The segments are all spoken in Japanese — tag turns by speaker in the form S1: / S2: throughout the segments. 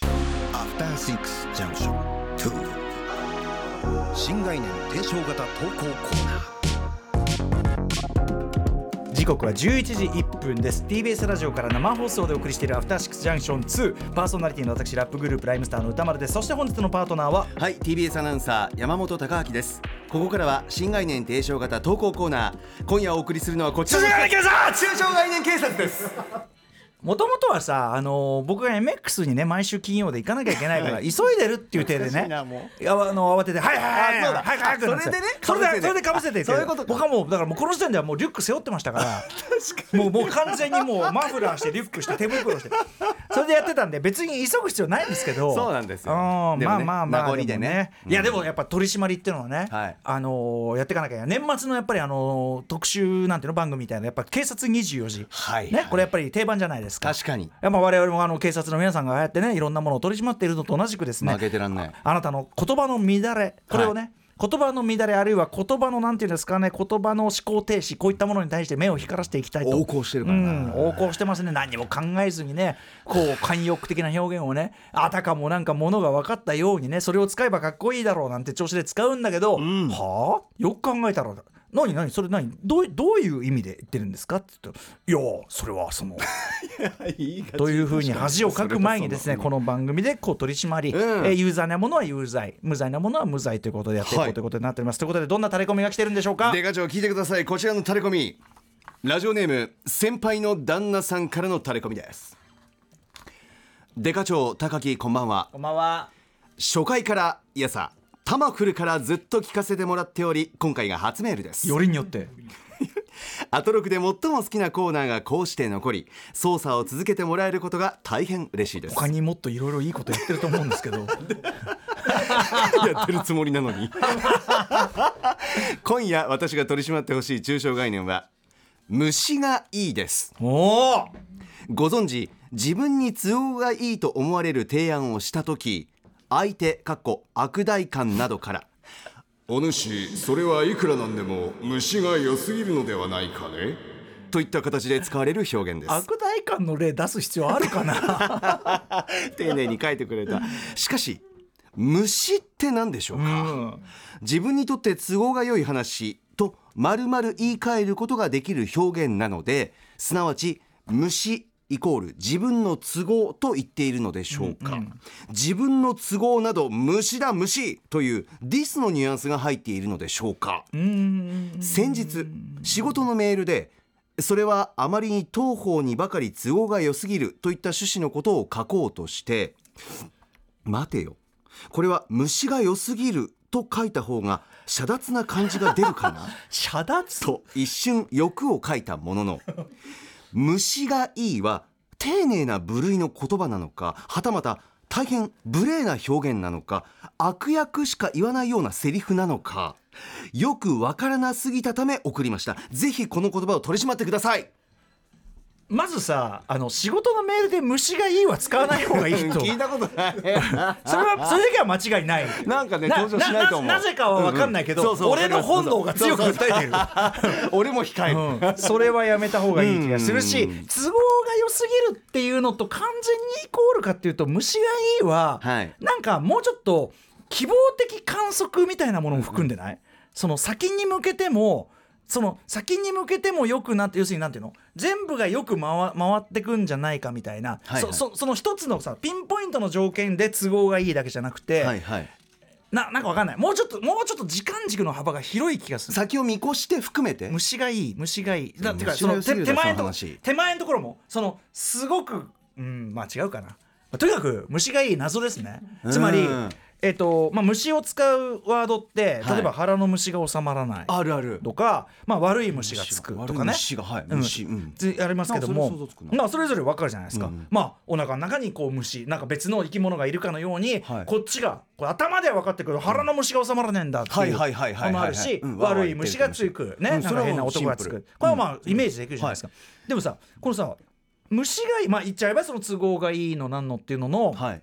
S1: ターシックスジャンクション2新概念提唱型投稿コーナー
S2: 時刻は11時1分です TBS ラジオから生放送でお送りしている「アフターシックスジャンクション2」パーソナリティの私ラップグループライムスターの歌丸ですそして本日のパートナーは
S3: はい TBS アナウンサー山本貴明ですここからは新概念提唱型投稿コーナー今夜お送りするのはこちらの中小概念警察です
S2: もともとはさ、あのー僕が MX にね毎週金曜で行かなきゃいけないから、急いでるっていう手で
S3: 懐かしい
S2: ね
S3: なも
S2: いやあの慌てて「はいはいはい
S3: あそうだ
S2: はいはい」
S3: それでね
S2: それ
S3: 被
S2: で
S3: せて
S2: それでかぶせて
S3: あそういうことか
S2: 僕はもうだからもうこの時点ではもうリュック背負ってましたからもうもう完全にもうマフラーしてリュックして手袋してそれでやってたんで別に急ぐ必要ないんですけど
S3: そうなんですよ
S2: うん
S3: で
S2: ま
S3: も
S2: あ
S3: ね
S2: まあまあ
S3: 名残でね
S2: もいやでもやっぱ取り締まりっていうのはね、
S3: はい
S2: あのーやっていかなきゃいけない年末のやっぱりあのー特集なんていうの番組みたいなやっぱ警察24時、
S3: はい
S2: ね、これやっぱり定番じゃないですか
S3: 確かに
S2: やっぱ我々もあの警察の皆さんがああやってねいろんなものを取り締まっているのと同じくですね
S3: 負けてらんない
S2: ああなたの言葉の乱れこれをね、言葉の乱れあるいは言葉のなんていうんですかね言葉の思考停止こういったものに対して目を光らせていきたいと
S3: 横行してるからな
S2: うん横行してますね何も考えずにねこう慣用句的な表現をねあたかもなんかものが分かったようにねそれを使えばかっこいいだろうなんて調子で使うんだけど、はあよく考えたら何何それ何どうどういう意味で言ってるんですかって言ったら「いやそれはその」 というふうに恥をかく前にですねこの番組でこう取り締まり、
S3: うん
S2: えー有罪なものは有罪無罪なものは無罪ということでやっていこ
S3: は
S2: う
S3: い
S2: ということになっております、ということでどんなタレコミが来てるんでしょうか
S3: デカ長聞いてくださいこちらのタレコミラジオネーム先輩の旦那さんからのタレコミですデカ長高木こんばんは
S2: こんばんは
S3: 初回からいやさタマフルからずっと聞かせてもらっており今回が初メールです
S2: よりによって
S3: アトロクで最も好きなコーナーがこうして残り操作を続けてもらえることが大変嬉しいです
S2: 他にもっといろいろいいことやってると思うんです けど
S3: やってるつもりなのに 今夜私が取り締まってほしい抽象概念は虫がいいです
S2: おお
S3: ご存知自分に都合がいいと思われる提案をした時相手かっこ悪代官などから
S4: お主それはいくらなんでも虫が良すぎるのではないかね
S3: といった形で使われる表現です
S2: 悪代官の例出す必要あるかな
S3: 丁寧に書いてくれたしかし虫って何でしょうか、自分にとって都合が良い話と丸々言い換えることができる表現なのですなわち虫イコール自分の都合と言っているのでしょうか、自分の都合など虫だ虫というディスのニュアンスが入っているのでしょうか先日仕事のメールでそれはあまりに当方にばかり都合が良すぎるといった趣旨のことを書こうとして待てよこれは虫が良すぎると書いた方が遮奪な感じが出るかな
S2: 遮断
S3: と一瞬欲を書いたもの の虫がいいは丁寧な部類の言葉なのかはたまた大変無礼な表現なのか悪役しか言わないようなセリフなのかよくわからなすぎたため送りましたぜひこの言葉を取り締まってください
S2: まずさあの仕事のメールで虫がいいは使わない方がいいと
S3: たことない
S2: それはそれだけは間違いない
S3: なんかね登場しないと思う
S2: なぜかは分かんないけど、
S3: うんうんそうそう
S2: 俺の本能が強く訴えている
S3: 俺も控える、
S2: うんそれはやめた方がいい気がするし、都合が良すぎるっていうのと完全にイコールかっていうと虫がいいは、
S3: はい
S2: なんかもうちょっと希望的観測みたいなものも含んでない、その先に向けてもその先に向けてもよくなって要するになんていうの全部がよく回回ってくんじゃないかみたいな、
S3: はいはい
S2: そそその一つのさピンポイントの条件で都合がいいだけじゃなくて、
S3: はいはい
S2: ななんかわかんないもうちょっともうちょっと時間軸の幅が広い気がする
S3: 先を見越して含めて
S2: 虫がいい虫がいいだ
S3: うん
S2: てか
S3: 虫
S2: そ
S3: が
S2: の
S3: 良すぎ
S2: 手
S3: る
S2: 手
S3: だ
S2: 前の
S3: その
S2: とこ
S3: 話
S2: 手前のところもそのすごくうんまあ違うかな、まあとにかく虫がいい謎ですねつまり
S3: うん
S2: えっ、とまあ虫を使うワードって
S3: はい
S2: 例えば腹の虫が収まらない
S3: あるある
S2: とか、まあ悪い虫がつく
S3: 悪
S2: とか
S3: い
S2: ね
S3: 虫がはい
S2: うん
S3: 虫うん
S2: つありますけど
S3: なんかそれ想
S2: も
S3: 像つくな
S2: まあそれぞれわかるじゃないですか、まあお腹の中にこう虫なんか別の生き物がいるかのように、
S3: はい
S2: こっちがこう頭では分かってくる腹の虫が収まらねえんだって
S3: はいいうはいはいはいはいはい
S2: のもあるし、
S3: うん
S2: 悪い虫がつくね、
S3: うん
S2: なん
S3: それ
S2: か
S3: は
S2: 変な男がつ
S3: シンプ
S2: く
S3: ル
S2: これはまあイメージできるじゃないですか、でもさこのさ虫がいいまあ言っちゃえばその都合がいいのなんのっていうのの、
S3: はい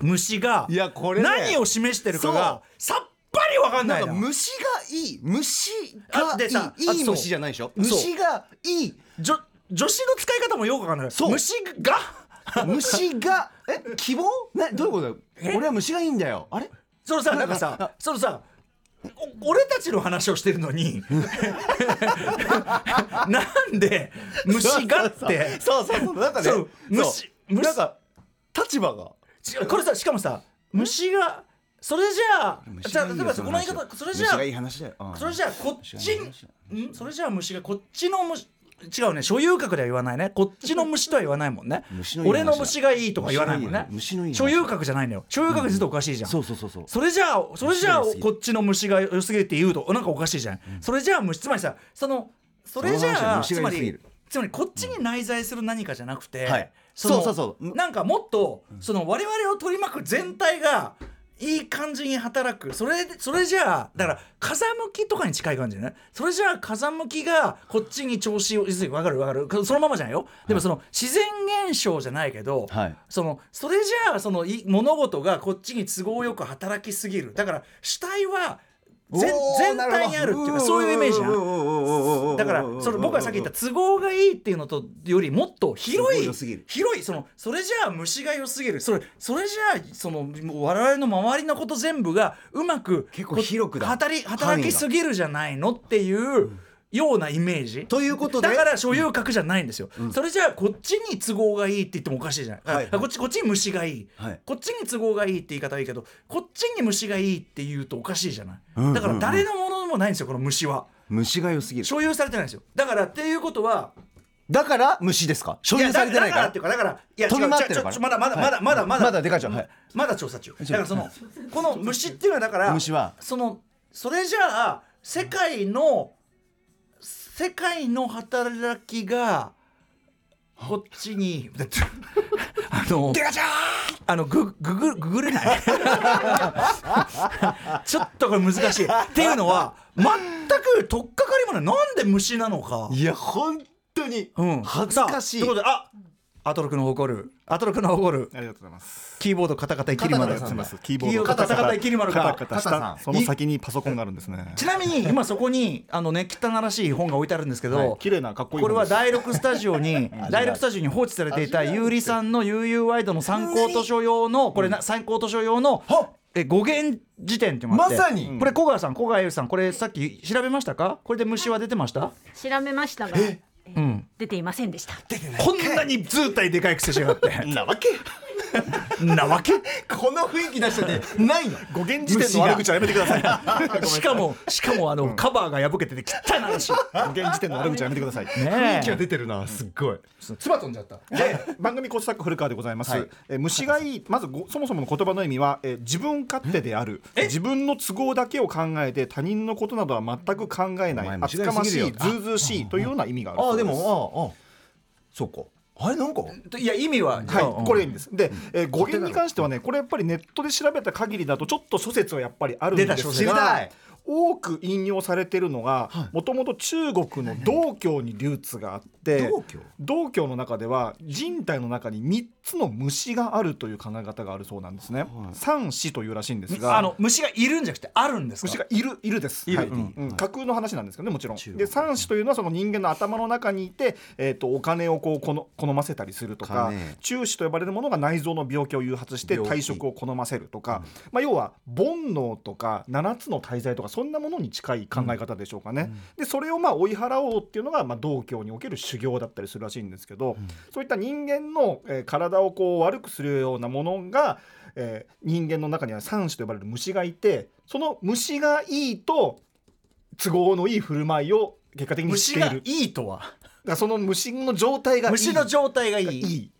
S2: 虫が
S3: いやこれね
S2: 何を示してるかがさっぱり分かんな
S3: ないん
S2: の
S3: か虫がいい虫
S2: あ
S3: が
S2: でさ
S3: いい
S2: あ
S3: いい
S2: そう
S3: 虫じゃないでしょ
S2: そう
S3: 虫がいい
S2: 女女子の使い方もよくわかんない
S3: そう
S2: 虫が
S3: 虫がえ希望などういうことだよ俺は虫がいいんだよあれ
S2: そ のさなんかさそのさお俺たちの話をしてる のになんで虫がって
S3: そうそうそうなんかね
S2: そう虫
S3: そう
S2: 虫
S3: なんか立場が
S2: 違うこれさしかもさ虫がそれじゃあじゃあ例えばさこの言い方それじゃあ
S3: 話だよ、うん
S2: それじゃあこっちんそれじゃあ虫がこっちの虫違うね所有格では言わないねこっちの虫とは言わないもんね
S3: 虫のいい話
S2: 俺の虫がいいとか言わないもんね
S3: 虫のいい話
S2: 所有格じゃないのよ所有格ずっとおかしいじゃん、
S3: そうそうそうそう
S2: それじゃあそれじゃあ
S3: 虫が良すぎる
S2: こっちの虫が良すぎるって言うとなんかおかしいじゃん、それじゃあ虫つまりさそのそれじ
S3: その話
S2: ゃあ
S3: は虫
S2: つ
S3: が
S2: ま
S3: 良すぎ
S2: り
S3: る
S2: つまりこっちに内在する何かじゃなくて、
S3: はい
S2: の
S3: そうそうそう
S2: なんかもっとその我々を取り巻く全体がいい感じに働くそれでそれじゃあだから風向きとかに近い感じだよねそれじゃあ風向きがこっちに調子を要するに分かる分かるそのままじゃないよでもその自然現象じゃないけど、
S3: はい
S2: そのそれじゃあそのい物事がこっちに都合よく働きすぎるだから主体は全
S3: おー
S2: 全
S3: なるほど
S2: 体にあるっていうかそういうイメージな
S3: うんうんうんうんうんうん
S2: だからその僕がさっき言った都合がいいっていうのとよりもっと広
S3: 都合
S2: い
S3: 良すぎる
S2: 広いそのそれじゃあ虫が良すぎるそれそれじゃあそのもう我々の周りのこと全部がうまく
S3: 結構
S2: こ
S3: 広くだ
S2: 働き働きすぎるじゃないのっていうようなイメージ。
S3: ということで
S2: だから所有格じゃないんですよ、それじゃあこっちに都合がいいって言ってもおかしいじゃない、
S3: はい
S2: あこっちこっちに虫がいい、
S3: はい
S2: こっちに都合がいいって言い方はいいけどこっちに虫がいいって言うとおかしいじゃない、だから誰のものでもないんですよこの虫は
S3: 虫が良すぎる
S2: 所有されてないんですよだからっていうことは
S3: だから虫ですか所有されてないから
S2: やだだからっていうかだからいや
S3: 飛び回ってる
S2: 違う
S3: から
S2: ちょちょまだまだ
S3: はい
S2: まだまだまだ
S3: まだでかいじゃんはい
S2: まだ調査中だからそのこの虫っていうのはだから
S3: 虫は
S2: そのそれじゃあ世界の世界の働きがこっちにあ の
S3: ガチャー
S2: あのグググググれない ちょっとこれ難しいっていうのは全く取っかかりもないなんで虫なのか
S3: いや本当に
S2: うん、
S3: 恥ずかしい、
S2: さあということであアトロクの誇るアトロクの誇る
S5: ありがとうございます。
S2: キーボードカタカタイキリマル
S5: すみません。キ
S2: キ
S5: ー
S2: ーボ
S5: ボード
S2: ードカタカタイキリマル
S5: カタ
S2: か
S5: カタしたその先にパソコンがあるんですね。
S2: ちなみに今そこにあのね汚らしい本が置いてあるんですけど、
S5: はい綺麗なかっこいい
S2: これ
S5: 本
S2: は
S5: です
S2: 第六スタジオに第六スタジオに放置されていたゆうりさんの悠々ワイドの参考図書用のこれな参考図書用のえ語源辞典っていうのがあって
S3: まさに
S2: これ小川さん小川優さんこれさっき調べましたかこれで虫は出てました
S6: 調べましたが、えー出ていませんでした。
S2: こんなに図体でかいくせしやがって
S3: なわけ
S2: なわけ
S3: この雰囲気出しててないの
S5: ご現時点の悪口はやめてください。
S2: しかも、しかもあの、カバーが破けてて汚い話。
S5: ご現時点の悪口はやめてください。
S2: ね
S3: 出てるなすっごい
S2: つば飛んじゃった。
S5: で番組コーチタック古川でございます、
S3: はい
S5: えー虫がいいまずごそもそもの言葉の意味は、えー自分勝手である自分の都合だけを考えて他人のことなどは全く考え
S3: お
S5: な
S3: 前
S5: い
S3: 虫
S5: 厚
S3: がい
S5: か
S3: す
S5: ま
S3: ぎ
S5: し
S3: る
S5: い
S3: よ
S5: ずうずうしいというような意味がある
S3: あ
S5: そ
S3: あ
S5: う
S3: ですもあああそうかあれなんか
S2: いや、意味は、
S5: はい、これがいいん
S2: で
S5: です。で、えー語源に関してはね、これやっぱりネットで調べた限りだと、ちょっと諸説はやっぱりあるんで
S2: 出た諸
S5: す
S3: 知り
S2: 説
S3: た
S5: が
S3: い。
S5: 多く引用されてるのがもともと中国の道教に流通があって
S3: 道教
S5: 道教の中では人体の中に3つの虫があるという考え方があるそうなんですね。三子というらしいんですが
S2: あの、虫がいるんじゃなくて、あるんですか。
S5: 虫がいるいるです。
S2: いる
S5: はいうんうん架空の話なんですけどねもちろん。で三子というのはその人間の頭の中にいて、えっ、とお金をこうこの好ませたりするとか
S3: 金、
S5: 中子と呼ばれるものが内臓の病気を誘発して
S3: 病気
S5: 体色を好ませるとか、まあ要は煩悩とか七つの大罪とかそんなものに近い考え方でしょうかね。でそれをまあ追い払おうっていうのがまあ道教における修行だったりするらしいんですけど、そういった人間の、えー体をこう悪くするようなものがえー人間の中には三種と呼ばれる虫がいてその虫がいいと都合のいい振る舞いを結果的に
S2: 虫
S5: している
S2: がいいとは。
S5: だからその虫の状態がいい
S2: 虫の状態がい
S5: い
S2: い。
S5: い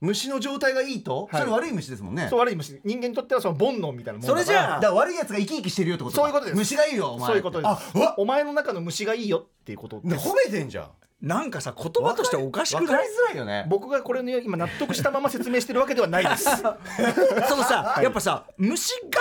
S3: 虫の状態がいいと、
S5: はい
S3: それ悪い虫ですもんね
S5: そう悪い虫人間にとってはその煩悩みたいなもの
S2: それじゃあ
S3: だから悪いやつが生き生きしてるよってことか
S5: そういうことです
S3: 虫がいいよお前
S5: そういうことです
S3: あうわ
S5: お前の中の虫がいいよっていうこと
S3: ね褒めてんじゃん
S2: なんかさ、言葉としておかしく
S3: わか
S2: な
S3: り
S2: い。
S3: づらいよね
S5: 僕がこれの今納得したまま説明してるわけではないです
S2: そのさ、やっぱさ、虫が。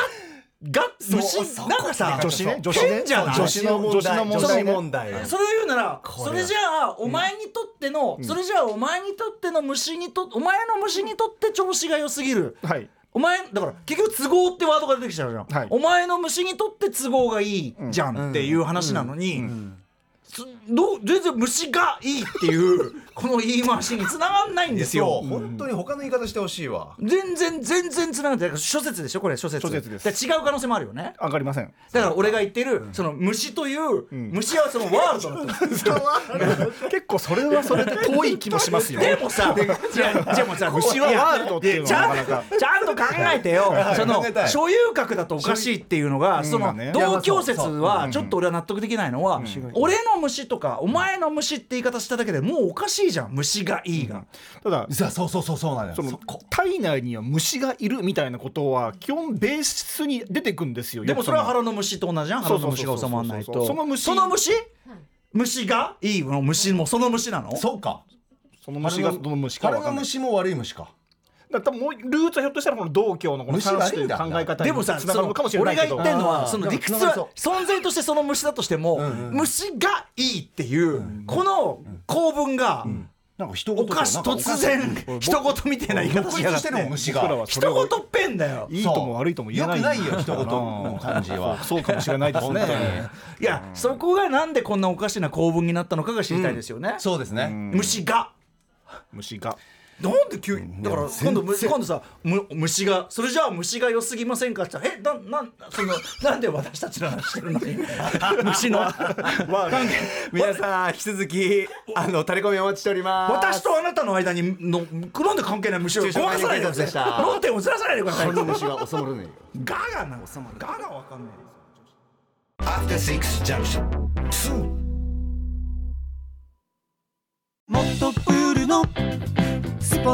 S2: が、虫、なんかさ。
S5: 女子ね女子ね
S2: 変じゃない
S5: 女子の女子の問題ね
S3: 題ね
S2: それを言うなら
S3: れ
S2: それじゃあお前にとっての、それじゃあお前にとっての虫にとお前の虫にとって調子が良すぎる
S5: はい
S2: お前だから結局都合ってワードが出てきちゃうじゃん、
S5: はい
S2: お前の虫にとって都合がいいじゃんっていう話なのに、すどう全然虫がいいっていう この言い回しにつながんないんですよ
S7: そう。本当に他の言い方してほしいわ。
S2: 全然全然つながんないだから諸説でしょこれ諸説
S5: 諸説です
S2: だから違う可能性もあるよね
S5: 上がりません
S2: だから俺が言ってるその虫という虫はそのワールドなんです
S5: 結構それはそれで 遠い気もしますよ
S2: でも さ、じゃあ、じゃあもうさ、虫は
S5: ワールドっていうの
S2: ちゃ
S5: は
S2: ん
S5: なかな
S2: ちゃんと考えてよ、その
S7: 考えたい
S2: 所有格だとおかしいっていうのが、その
S5: まあね
S2: 同居説はちょっと俺は納得できないのは、俺の虫とか、お前の虫って言い方しただけでもうおかしいじゃん、虫がいいが。
S5: ただ
S7: さあそうそうそうそうなのよ。
S5: その体内には虫がいるみたいなことは基本ベースに出てくんですよ
S2: でもそれは
S5: よく
S2: 腹の虫と同じじゃん、
S5: そ
S2: 腹
S5: う
S2: の
S5: そう
S2: 虫
S5: そ
S2: が
S5: う
S2: 収まらない
S5: そうそ
S2: と。
S5: うそうその虫
S2: その虫虫がいいの虫もその虫なの
S7: そうか。
S5: その虫がどの虫か
S7: あ
S5: は
S7: れ
S5: 分か
S7: の
S5: んない
S7: 虫も悪い虫か。
S5: だから多分もうルーツはひょっとしたらこの道教のこの
S7: 虫
S5: 三
S7: がい
S5: 種
S7: い
S5: とい
S7: ん
S5: う
S7: だ
S5: 考え方
S2: でも
S5: につ
S2: さ、
S5: な
S2: そ
S5: がる
S2: の
S5: のかもしれな
S2: 俺
S5: い
S2: が
S5: けど
S2: 言ってんの
S7: あ
S2: は、
S7: ー
S2: その
S7: でも
S2: 理屈
S7: つながり
S2: は存在としてその虫だとしても、虫がいいっていうこの構文が
S7: なんか人
S2: おかし突然 人事みたいな言い方しやがって
S7: してるもん虫
S5: 僕ら
S7: が
S5: は。それ
S2: 人
S5: を
S2: 事っぺんだよ
S5: いいとも悪いとも言えない
S7: よくないよ人事の感じは。
S5: そうかもしれないですね
S2: いやそこがなんでこんなおかしな構文になったのかが知りたいですよね
S7: そうですね。
S2: 虫が
S5: 虫が
S2: なんで急にだから今度む今度さむ虫がそれじゃあ虫が良すぎませんかって言ったらえななんそのなんで私たちの話してるのに虫の
S3: 皆さん引き続きあのタレコミお待ちしておりま す
S2: 私とあなたの間にのなんで関係ない虫をごまかさないでください論点をずらさないでください
S3: この虫が収まらないよ
S2: ガガなガガわかんない
S1: ーシックスジャンクション
S8: もっとプールのスポ